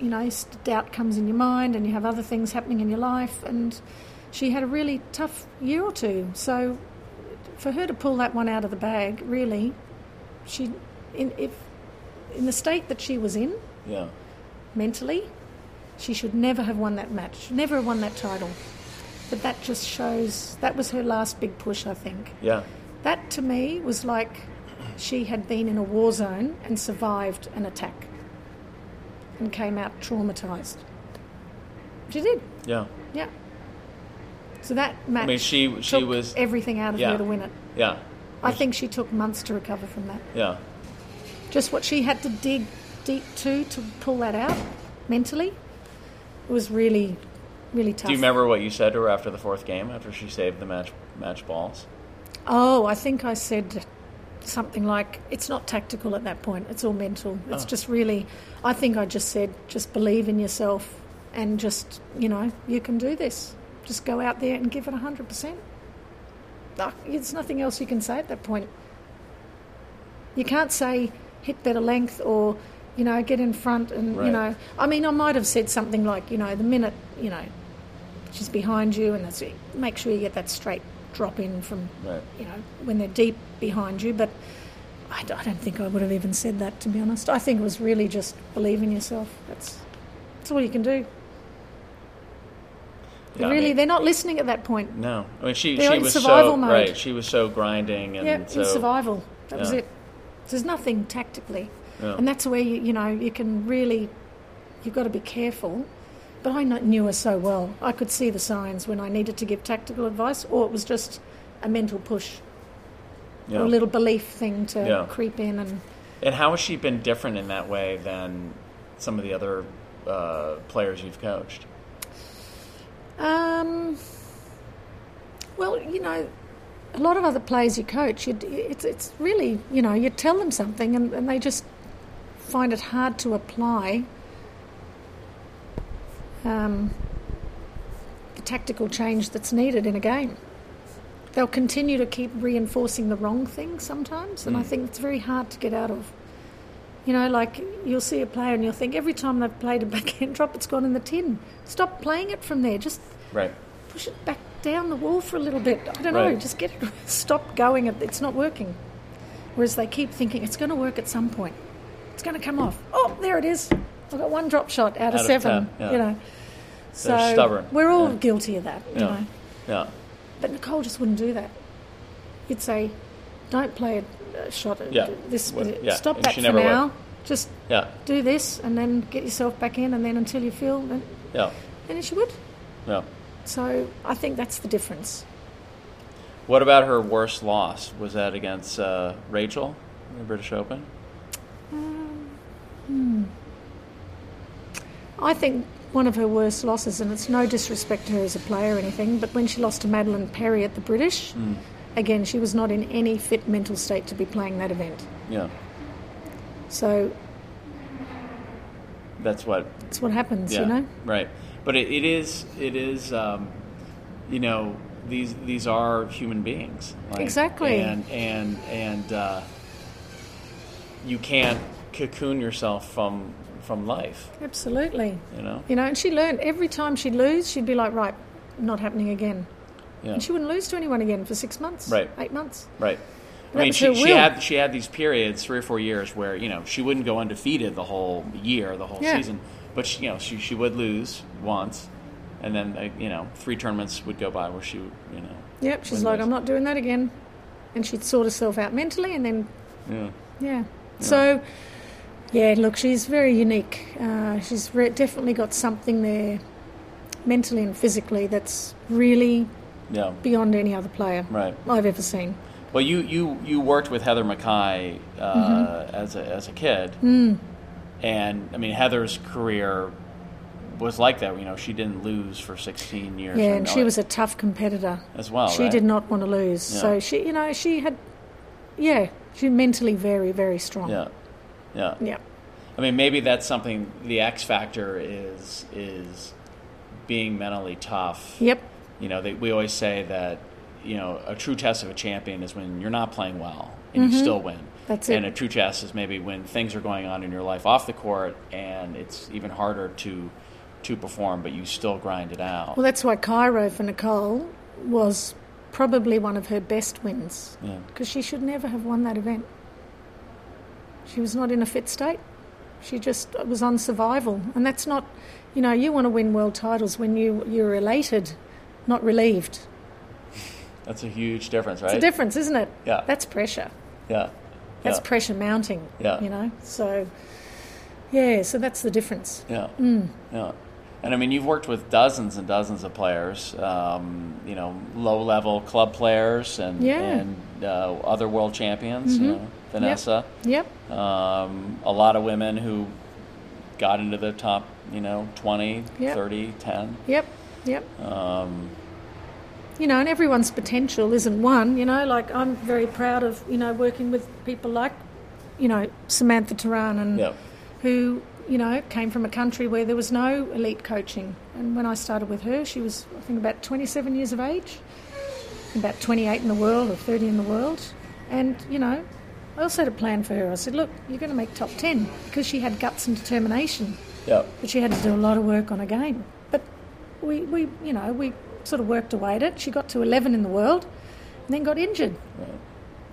Speaker 1: you know, s- doubt comes in your mind, and you have other things happening in your life. And she had a really tough year or two. So, for her to pull that one out of the bag, really, she in if in the state that she was in
Speaker 2: yeah,
Speaker 1: mentally. She should never have won that match, should never have won that title. But that just shows that was her last big push, I think.
Speaker 2: yeah,
Speaker 1: That to me was like she had been in a war zone and survived an attack and came out traumatized. She did,
Speaker 2: yeah.
Speaker 1: yeah. So that match
Speaker 2: she- she
Speaker 1: took
Speaker 2: was-
Speaker 1: everything out of
Speaker 2: yeah.
Speaker 1: her to win it.
Speaker 2: Yeah,
Speaker 1: I think she took months to recover from that.
Speaker 2: yeah,
Speaker 1: just what she had to dig deep to to pull that out mentally it was really really tough
Speaker 2: Do you remember what you said to her after the fourth game, after she saved the match match balls?
Speaker 1: oh i think i said something like it's not tactical at that point it's all mental it's just really i think i just said just believe in yourself and just you know you can do this just go out there and give it 100% Ah, there's nothing else you can say at that point You can't say hit better length or, you know, get in front and,
Speaker 2: Right.
Speaker 1: you know, I mean, I might have said something like, you know, the minute, you know, she's behind you and that's make sure you get that straight drop in from,
Speaker 2: Right.
Speaker 1: you know, when they're deep behind you. But I, d- I don't think I would have even said that, to be honest. I think it was really just believe in yourself. That's, that's all you can do.
Speaker 2: Yeah, I
Speaker 1: really,
Speaker 2: mean- Mm,
Speaker 1: they're not listening at that point.
Speaker 2: No, I mean she.
Speaker 1: They're
Speaker 2: she
Speaker 1: in
Speaker 2: was so
Speaker 1: survival mode.
Speaker 2: right. She was so grinding and
Speaker 1: Yeah,
Speaker 2: so
Speaker 1: in survival. That was
Speaker 2: Yeah.
Speaker 1: it. There's nothing tactically,
Speaker 2: Yeah.
Speaker 1: and that's where you you know you can really, you've got to be careful. But I kn- knew her so well. I could see the signs when I needed to give tactical advice, or it was just a mental push
Speaker 2: yeah.
Speaker 1: or a little belief thing to
Speaker 2: Yeah.
Speaker 1: creep in. And
Speaker 2: And how has she been different in that way than some of the other uh, players you've coached?
Speaker 1: um, well, you know, a lot of other players you coach, you, it's it's really you know you tell them something and, and they just find it hard to apply um, the tactical change that's needed in a game. They'll continue to keep reinforcing the wrong thing sometimes,
Speaker 2: Mm.
Speaker 1: and I think it's very hard to get out of. You know, like you'll see a player and you'll think every time they've played a (laughs) backhand drop, it's gone in the tin. Stop playing it from there. Just
Speaker 2: Right.
Speaker 1: push it back down the wall for a little bit. I don't know.
Speaker 2: Right.
Speaker 1: Just get it. (laughs) Stop going. It- It's not working. Whereas they keep thinking it's going to work at some point. It's going to come off. Oh, there it is. I've got one drop shot out,
Speaker 2: Out of
Speaker 1: of seven.
Speaker 2: 10, yeah.
Speaker 1: You know. So
Speaker 2: stubborn,
Speaker 1: We're all
Speaker 2: yeah.
Speaker 1: guilty of that. You
Speaker 2: Yeah.
Speaker 1: know.
Speaker 2: Yeah.
Speaker 1: But Nicole just wouldn't do that. You'd say, "Don't play a, a shot. at
Speaker 2: Yeah.
Speaker 1: This. uh,
Speaker 2: Would- yeah.
Speaker 1: Stop
Speaker 2: And
Speaker 1: that
Speaker 2: she
Speaker 1: for
Speaker 2: never would.
Speaker 1: now. Just
Speaker 2: Yeah.
Speaker 1: do this, and then get yourself back in, and then until you feel, and,
Speaker 2: Yeah.
Speaker 1: and she would."
Speaker 2: Yeah.
Speaker 1: So I think that's the difference.
Speaker 2: What about her worst loss? Was that against uh, Rachel in the British Open?
Speaker 1: I think one of her worst losses, and it's no disrespect to her as a player or anything, but when she lost to Madeline Perry at the British,
Speaker 2: Hmm.
Speaker 1: again, she was not in any fit mental state to be playing that event.
Speaker 2: Yeah.
Speaker 1: So
Speaker 2: That's what
Speaker 1: that's what happens,
Speaker 2: yeah,
Speaker 1: you know?
Speaker 2: right but it, it is it is um, you know these these are human beings like,
Speaker 1: Exactly.
Speaker 2: and and and uh, you can't cocoon yourself from from life.
Speaker 1: Absolutely.
Speaker 2: You know,
Speaker 1: You know, and she learned every time she'd lose, she'd be like, right, not happening again.
Speaker 2: yeah,
Speaker 1: And she wouldn't lose to anyone again for six months,
Speaker 2: Right.
Speaker 1: eight months.
Speaker 2: right. I
Speaker 1: That
Speaker 2: mean,
Speaker 1: was
Speaker 2: she,
Speaker 1: her
Speaker 2: she
Speaker 1: will.
Speaker 2: had she had these periods, three or four years, where you know she wouldn't go undefeated the whole year, the whole
Speaker 1: Yeah.
Speaker 2: season, but she, you know she she would lose once, and then uh, you know three tournaments would go by where she would you know
Speaker 1: Yep, she's
Speaker 2: Win
Speaker 1: like,
Speaker 2: those.
Speaker 1: I'm not doing that again. And she'd sort herself out mentally and then,
Speaker 2: yeah
Speaker 1: yeah. So, yeah, look, she's very unique. Uh, she's re- definitely got something there mentally and physically that's really
Speaker 2: yeah
Speaker 1: beyond any other player
Speaker 2: right.
Speaker 1: I've ever seen.
Speaker 2: Well, you you you worked with Heather Mackay uh,
Speaker 1: Mm-hmm.
Speaker 2: as a as a kid,
Speaker 1: Mm.
Speaker 2: and I mean Heather's career was like that. You know, she didn't lose for sixteen years.
Speaker 1: Yeah,
Speaker 2: I
Speaker 1: and
Speaker 2: know
Speaker 1: she
Speaker 2: it
Speaker 1: was a tough competitor.
Speaker 2: as well.
Speaker 1: she
Speaker 2: right?
Speaker 1: did not want to lose.
Speaker 2: Yeah.
Speaker 1: So she, you know, she had, yeah, she mentally very, very strong.
Speaker 2: Yeah, yeah.
Speaker 1: Yeah.
Speaker 2: I mean, maybe that's something. The X factor is is being mentally tough.
Speaker 1: Yep.
Speaker 2: You know, they, we always say that you know a true test of a champion is when you're not playing well and you still win.
Speaker 1: Mm-hmm. That's
Speaker 2: And
Speaker 1: it.
Speaker 2: a true test is maybe when things are going on in your life off the court, and it's even harder to to perform, but you still grind it out.
Speaker 1: Well, that's why Cairo for Nicole was probably one of her best wins
Speaker 2: yeah,
Speaker 1: because she should never have won that event. She was not in a fit state. She just was on survival, and that's not, you know, you want to win world titles when you you're elated, not relieved.
Speaker 2: that's a huge difference, right?
Speaker 1: It's a difference, isn't it?
Speaker 2: Yeah.
Speaker 1: That's pressure.
Speaker 2: yeah,
Speaker 1: That's
Speaker 2: yeah,
Speaker 1: pressure mounting.
Speaker 2: Yeah.
Speaker 1: You know, so yeah, so that's the difference.
Speaker 2: yeah,
Speaker 1: Mm.
Speaker 2: yeah. And I mean, you've worked with dozens and dozens of players, um, you know, low level club players and
Speaker 1: Yeah. Mm-hmm.
Speaker 2: and uh, other world champions, you know, Vanessa.
Speaker 1: Yep.
Speaker 2: um, a lot of women who got into the top, you know, 20,
Speaker 1: Yep.
Speaker 2: 30, 10.
Speaker 1: Yep. Yep. Um, you know, and everyone's potential isn't one. You know, like I'm very proud of you know working with people like you know Samantha Turan and
Speaker 2: Yep.
Speaker 1: who you know came from a country where there was no elite coaching. And when I started with her, she was I think about 27 years of age, about 28 in the world or 30 in the world, and you know. I also had a plan for her. I said, "Look, you're going to make top ten because she had guts and determination."
Speaker 2: Yep.
Speaker 1: But she had to do a lot of work on her game. But we, we you know, we sort of worked away at it. She got to 11 in the world and then got injured.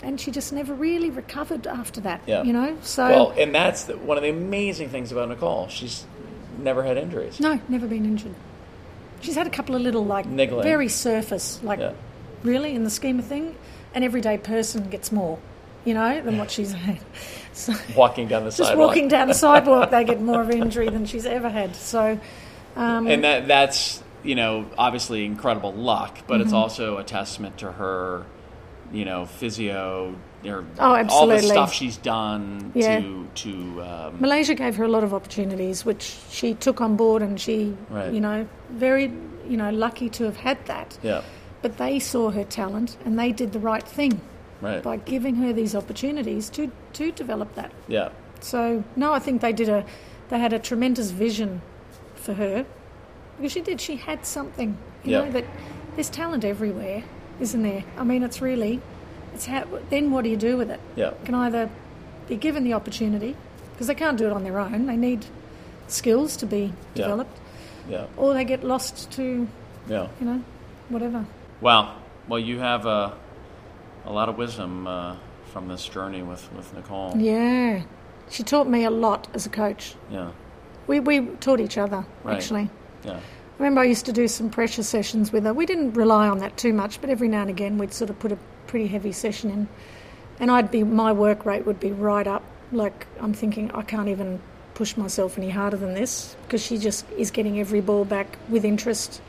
Speaker 1: And she just never really recovered after that,
Speaker 2: Yeah.
Speaker 1: you know? So,
Speaker 2: Well, and that's the, one of the amazing things about Nicole. She's never had injuries.
Speaker 1: no, never been injured. She's had a couple of little, like,
Speaker 2: Niggling.
Speaker 1: very surface, like,
Speaker 2: Yeah.
Speaker 1: really, in the scheme of thing, an everyday person gets more, you know, than what she's had. (laughs) So,
Speaker 2: Walking down the
Speaker 1: just
Speaker 2: sidewalk.
Speaker 1: walking down the sidewalk, they get
Speaker 2: (laughs)
Speaker 1: more of an injury than she's ever had. So,
Speaker 2: and that that's you know obviously incredible luck, but
Speaker 1: Mm-hmm.
Speaker 2: it's also a testament to her, you know, physio or all the
Speaker 1: Oh, absolutely.
Speaker 2: stuff she's done
Speaker 1: Yeah.
Speaker 2: to to um,
Speaker 1: Malaysia gave her a lot of opportunities, which she took on board, and she,
Speaker 2: Right.
Speaker 1: you know, very, you know, lucky to have had that.
Speaker 2: yeah
Speaker 1: But they saw her talent, and they did the right thing
Speaker 2: right
Speaker 1: by giving her these opportunities to to develop that.
Speaker 2: yeah
Speaker 1: So no, I think they did a, they had a tremendous vision for her, because she did. She had something, you
Speaker 2: Yeah.
Speaker 1: know, that there's talent everywhere, isn't there? I mean, it's really, it's how. Then what do you do with it?
Speaker 2: yeah
Speaker 1: can either be given the opportunity because they can't do it on their own. They need skills to be
Speaker 2: Yeah.
Speaker 1: developed,
Speaker 2: yeah
Speaker 1: or they get lost to
Speaker 2: yeah.
Speaker 1: you know whatever.
Speaker 2: Wow. Well, you have uh, a lot of wisdom uh, from this journey with, with Nicole.
Speaker 1: Yeah, she taught me a lot as a coach.
Speaker 2: Yeah.
Speaker 1: We we taught each other
Speaker 2: Right.
Speaker 1: actually.
Speaker 2: Yeah.
Speaker 1: I remember I used to do some pressure sessions with her. We didn't rely on that too much, but every now and again we'd sort of put a pretty heavy session in, and I'd be my work rate would be right up. Like I'm thinking I can't even push myself any harder than this because she just is getting every ball back with interest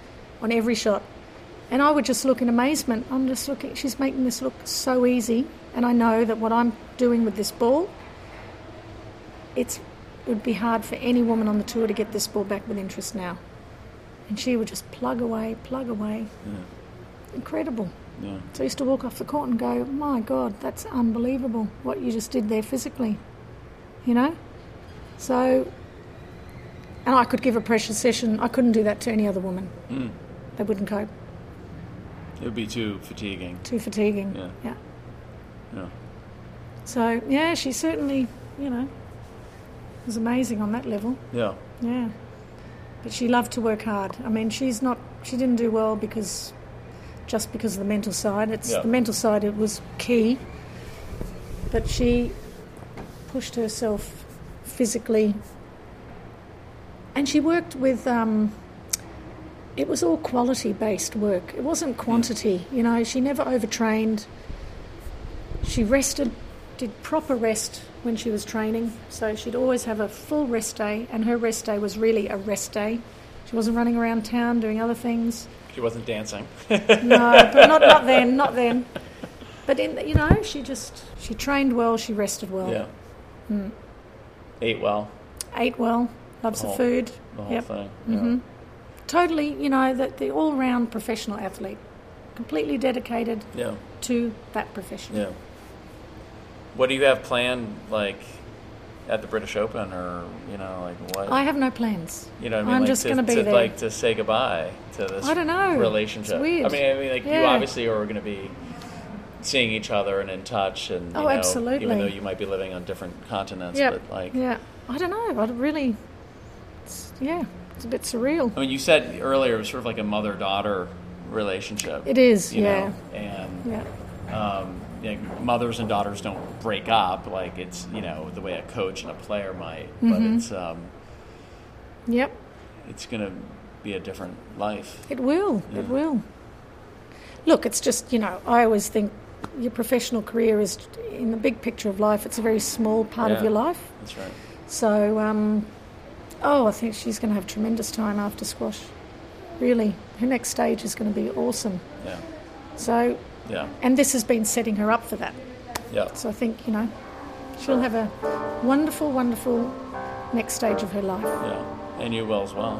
Speaker 1: on every shot, and I would just look in amazement. I'm just looking. She's making this look so easy, and I know that what I'm doing with this ball, it's it would be hard for any woman on the tour to get this ball back with interest now. And she would just plug away, plug away. Incredible.
Speaker 2: Yeah.
Speaker 1: So I used to walk off the court and go, my God, that's unbelievable what you just did there physically. You know? So, and I could give a pressure session. I couldn't do that to any other woman. They wouldn't cope.
Speaker 2: It would be too fatiguing.
Speaker 1: Too fatiguing.
Speaker 2: Yeah.
Speaker 1: yeah.
Speaker 2: Yeah.
Speaker 1: So, yeah, she certainly, you know, It was amazing on that level.
Speaker 2: Yeah.
Speaker 1: Yeah. But she loved to work hard. I mean, she's not, she didn't do well because, just because of the mental side. It's
Speaker 2: Yeah.
Speaker 1: the mental side, it was key. But she pushed herself physically. And she worked with, um, it was all quality based work. It wasn't quantity. You know, she never overtrained. She rested, did proper rest when she was training. So she'd always have a full rest day, and her rest day was really a rest day. She wasn't running around town doing other
Speaker 2: (laughs)
Speaker 1: things.
Speaker 2: She wasn't dancing.
Speaker 1: No, but not, not then, not then. But in, you know, she just she trained well, she rested well,
Speaker 2: Yeah.
Speaker 1: Mm.
Speaker 2: Ate well.
Speaker 1: ate well, loves
Speaker 2: Oh,
Speaker 1: the food.
Speaker 2: The whole
Speaker 1: Yep.
Speaker 2: thing.
Speaker 1: Mhm. Totally, you know, the, the all-round professional athlete, completely dedicated
Speaker 2: Yeah.
Speaker 1: to that profession.
Speaker 2: Yeah. Yeah. What do you have planned, like, at the British Open, or you know, like what?
Speaker 1: I have no plans.
Speaker 2: you know, what I mean,
Speaker 1: I'm
Speaker 2: like,
Speaker 1: just
Speaker 2: to,
Speaker 1: going to be
Speaker 2: to,
Speaker 1: there.
Speaker 2: like to say goodbye to this.
Speaker 1: I don't know.
Speaker 2: relationship.
Speaker 1: It's weird.
Speaker 2: I mean, I mean, like you
Speaker 1: Yeah.
Speaker 2: obviously are going to be seeing each other and in touch, and you
Speaker 1: Oh,
Speaker 2: know, even
Speaker 1: absolutely.
Speaker 2: though you might be living on different continents,
Speaker 1: yeah,
Speaker 2: but like.
Speaker 1: yeah. I don't know. I don't really, it's, yeah, it's a bit surreal.
Speaker 2: I mean, you said earlier it was sort of like a mother daughter relationship.
Speaker 1: It is,
Speaker 2: you
Speaker 1: yeah,
Speaker 2: know, and
Speaker 1: yeah.
Speaker 2: um, you know, mothers and daughters don't break up like it's you know the way a coach and a player might, but
Speaker 1: Mm-hmm.
Speaker 2: it's um,
Speaker 1: Yep,
Speaker 2: it's gonna be a different life.
Speaker 1: it will. It will. Look, it's just you know. I always think your professional career is, in the big picture of life, it's a very small part
Speaker 2: Yeah.
Speaker 1: of your life.
Speaker 2: That's right.
Speaker 1: So, um, oh, I think she's going to have tremendous time after squash. Really, her next stage is going to be awesome.
Speaker 2: Yeah,
Speaker 1: So,
Speaker 2: yeah,
Speaker 1: and this has been setting her up for that.
Speaker 2: yeah.
Speaker 1: So I think, you know, she'll have a wonderful, wonderful next stage of her life.
Speaker 2: Yeah, and you will as well.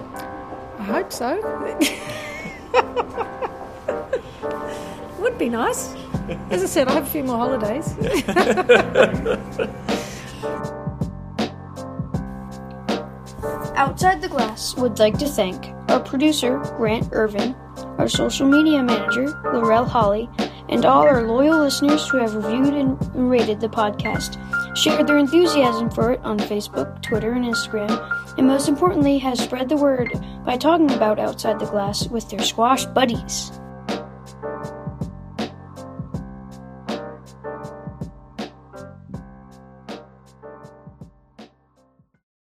Speaker 1: I hope so. (laughs) Would be nice. As I said, I have a few more holidays.
Speaker 4: Outside the Glass would like to thank our producer, Grant Irvin, our social media manager, Laurel Holly, and all our loyal listeners who have reviewed and rated the podcast, shared their enthusiasm for it on Facebook, Twitter, and Instagram, and most importantly, has spread the word by talking about Outside the Glass with their squash buddies.